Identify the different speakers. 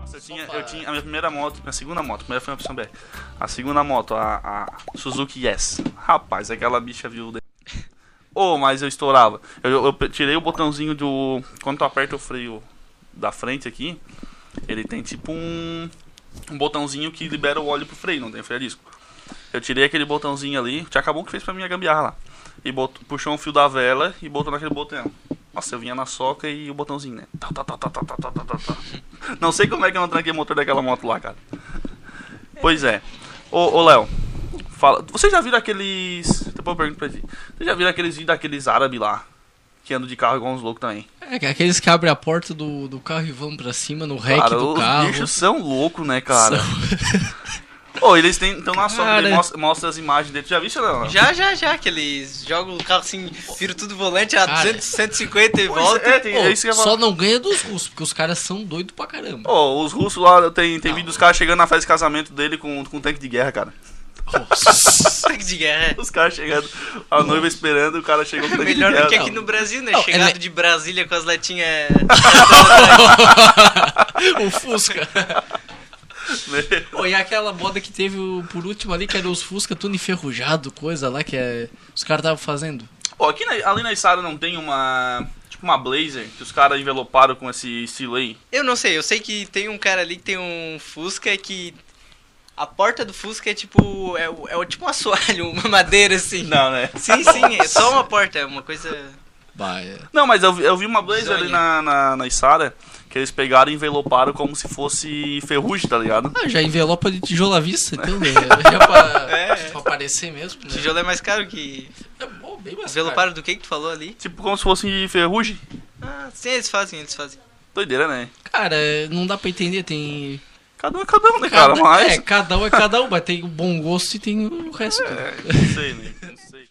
Speaker 1: Nossa, eu tinha, eu tinha a minha primeira moto, minha segunda moto, a primeira foi uma opção BR. A segunda moto, a, a Suzuki Yes. Rapaz, aquela bicha viúda. Ô, mas eu estourava. Eu, eu- eu tirei o botãozinho do. Quando tu aperta o freio da frente aqui, ele tem tipo um, um botãozinho que libera o óleo pro freio, não tem freio a disco. Eu tirei aquele botãozinho ali, o Tchacabum que fez pra mim a gambiarra lá. E botou, puxou um fio da vela e botou naquele botão. Nossa, eu vinha na soca e o botãozinho, né? Tá, tá, tá, tá, tá, tá, tá, tá, tá, tá. Não sei como é que eu não tranquei o motor daquela moto lá, cara. Pois é. Ô, ô Léo, fala. Vocês já viram aqueles. Depois eu pergunto pra ti. Vocês já viram aqueles vídeos daqueles árabes lá? Que andam de carro igual uns loucos também.
Speaker 2: É, aqueles que abrem a porta do, do carro e vão pra cima no
Speaker 3: É,
Speaker 2: rack
Speaker 1: cara,
Speaker 2: do
Speaker 1: os
Speaker 2: carro.
Speaker 1: bichos são loucos, né, cara?
Speaker 2: São-
Speaker 1: Ô, eles têm. Então na sombra,
Speaker 2: Cara.
Speaker 1: ele mostra, mostra as imagens dele. Tu já viu, Léo?
Speaker 3: Já, já, já, que eles jogam o carro assim, viram tudo volante a
Speaker 2: Cara.
Speaker 3: 200, 150 e
Speaker 1: Pois
Speaker 3: volta.
Speaker 1: É, tem,
Speaker 2: Pô,
Speaker 1: é isso que eu ia falar.
Speaker 2: só não ganha dos russos, porque os caras são doidos pra caramba.
Speaker 1: Ô, os russos lá, tem, tem vídeo dos caras chegando na festa de casamento dele com, com tanque de guerra, cara.
Speaker 2: Nossa.
Speaker 3: Tanque de guerra.
Speaker 1: Os caras chegando, a noiva esperando, o cara chegou com tanque
Speaker 3: Melhor
Speaker 1: de
Speaker 3: do
Speaker 1: guerra.
Speaker 3: que aqui no Brasil, né?
Speaker 2: Não,
Speaker 3: Chegado
Speaker 2: ele- é-
Speaker 3: de Brasília com as latinhas.
Speaker 2: o Fusca. Pô, e aquela moda que teve o- por último ali, que era os Fusca tudo enferrujado, coisa lá que é, os caras estavam fazendo.
Speaker 1: Ó, aqui na, ali na Isara não tem uma. Tipo uma blazer que os caras enveloparam com esse estilo aí.
Speaker 3: Eu não sei, eu sei que tem um cara ali que tem um Fusca que. A porta do Fusca é tipo. É, o- é o- tipo um assoalho, uma madeira assim.
Speaker 1: Não, né?
Speaker 3: Sim, sim, é só uma porta, é uma coisa.
Speaker 2: Bah, é.
Speaker 1: Não, mas eu vi, eu vi uma blazer ali
Speaker 3: Bizonha.
Speaker 1: na, na, na Isara que eles pegaram e enveloparam como se fosse ferrugem, tá ligado?
Speaker 2: Ah, já envelopa de tijolo à vista, então, né? Já pra,
Speaker 3: É.
Speaker 2: pra aparecer mesmo, né?
Speaker 3: Tijolo é mais caro que.
Speaker 2: É bom, bem mais
Speaker 3: Veloparam do que que tu falou ali?
Speaker 1: Tipo como se fosse ferrugem.
Speaker 3: Ah, sim, eles fazem, eles fazem.
Speaker 1: Doideira, né?
Speaker 2: caro. Cara, é, não dá pra entender, tem...
Speaker 1: Cada um é cada um, né, cara?
Speaker 2: cada,
Speaker 1: Mas.
Speaker 2: É, cada um é cada um, mas tem o bom gosto e tem o resto.
Speaker 1: É, não sei, né?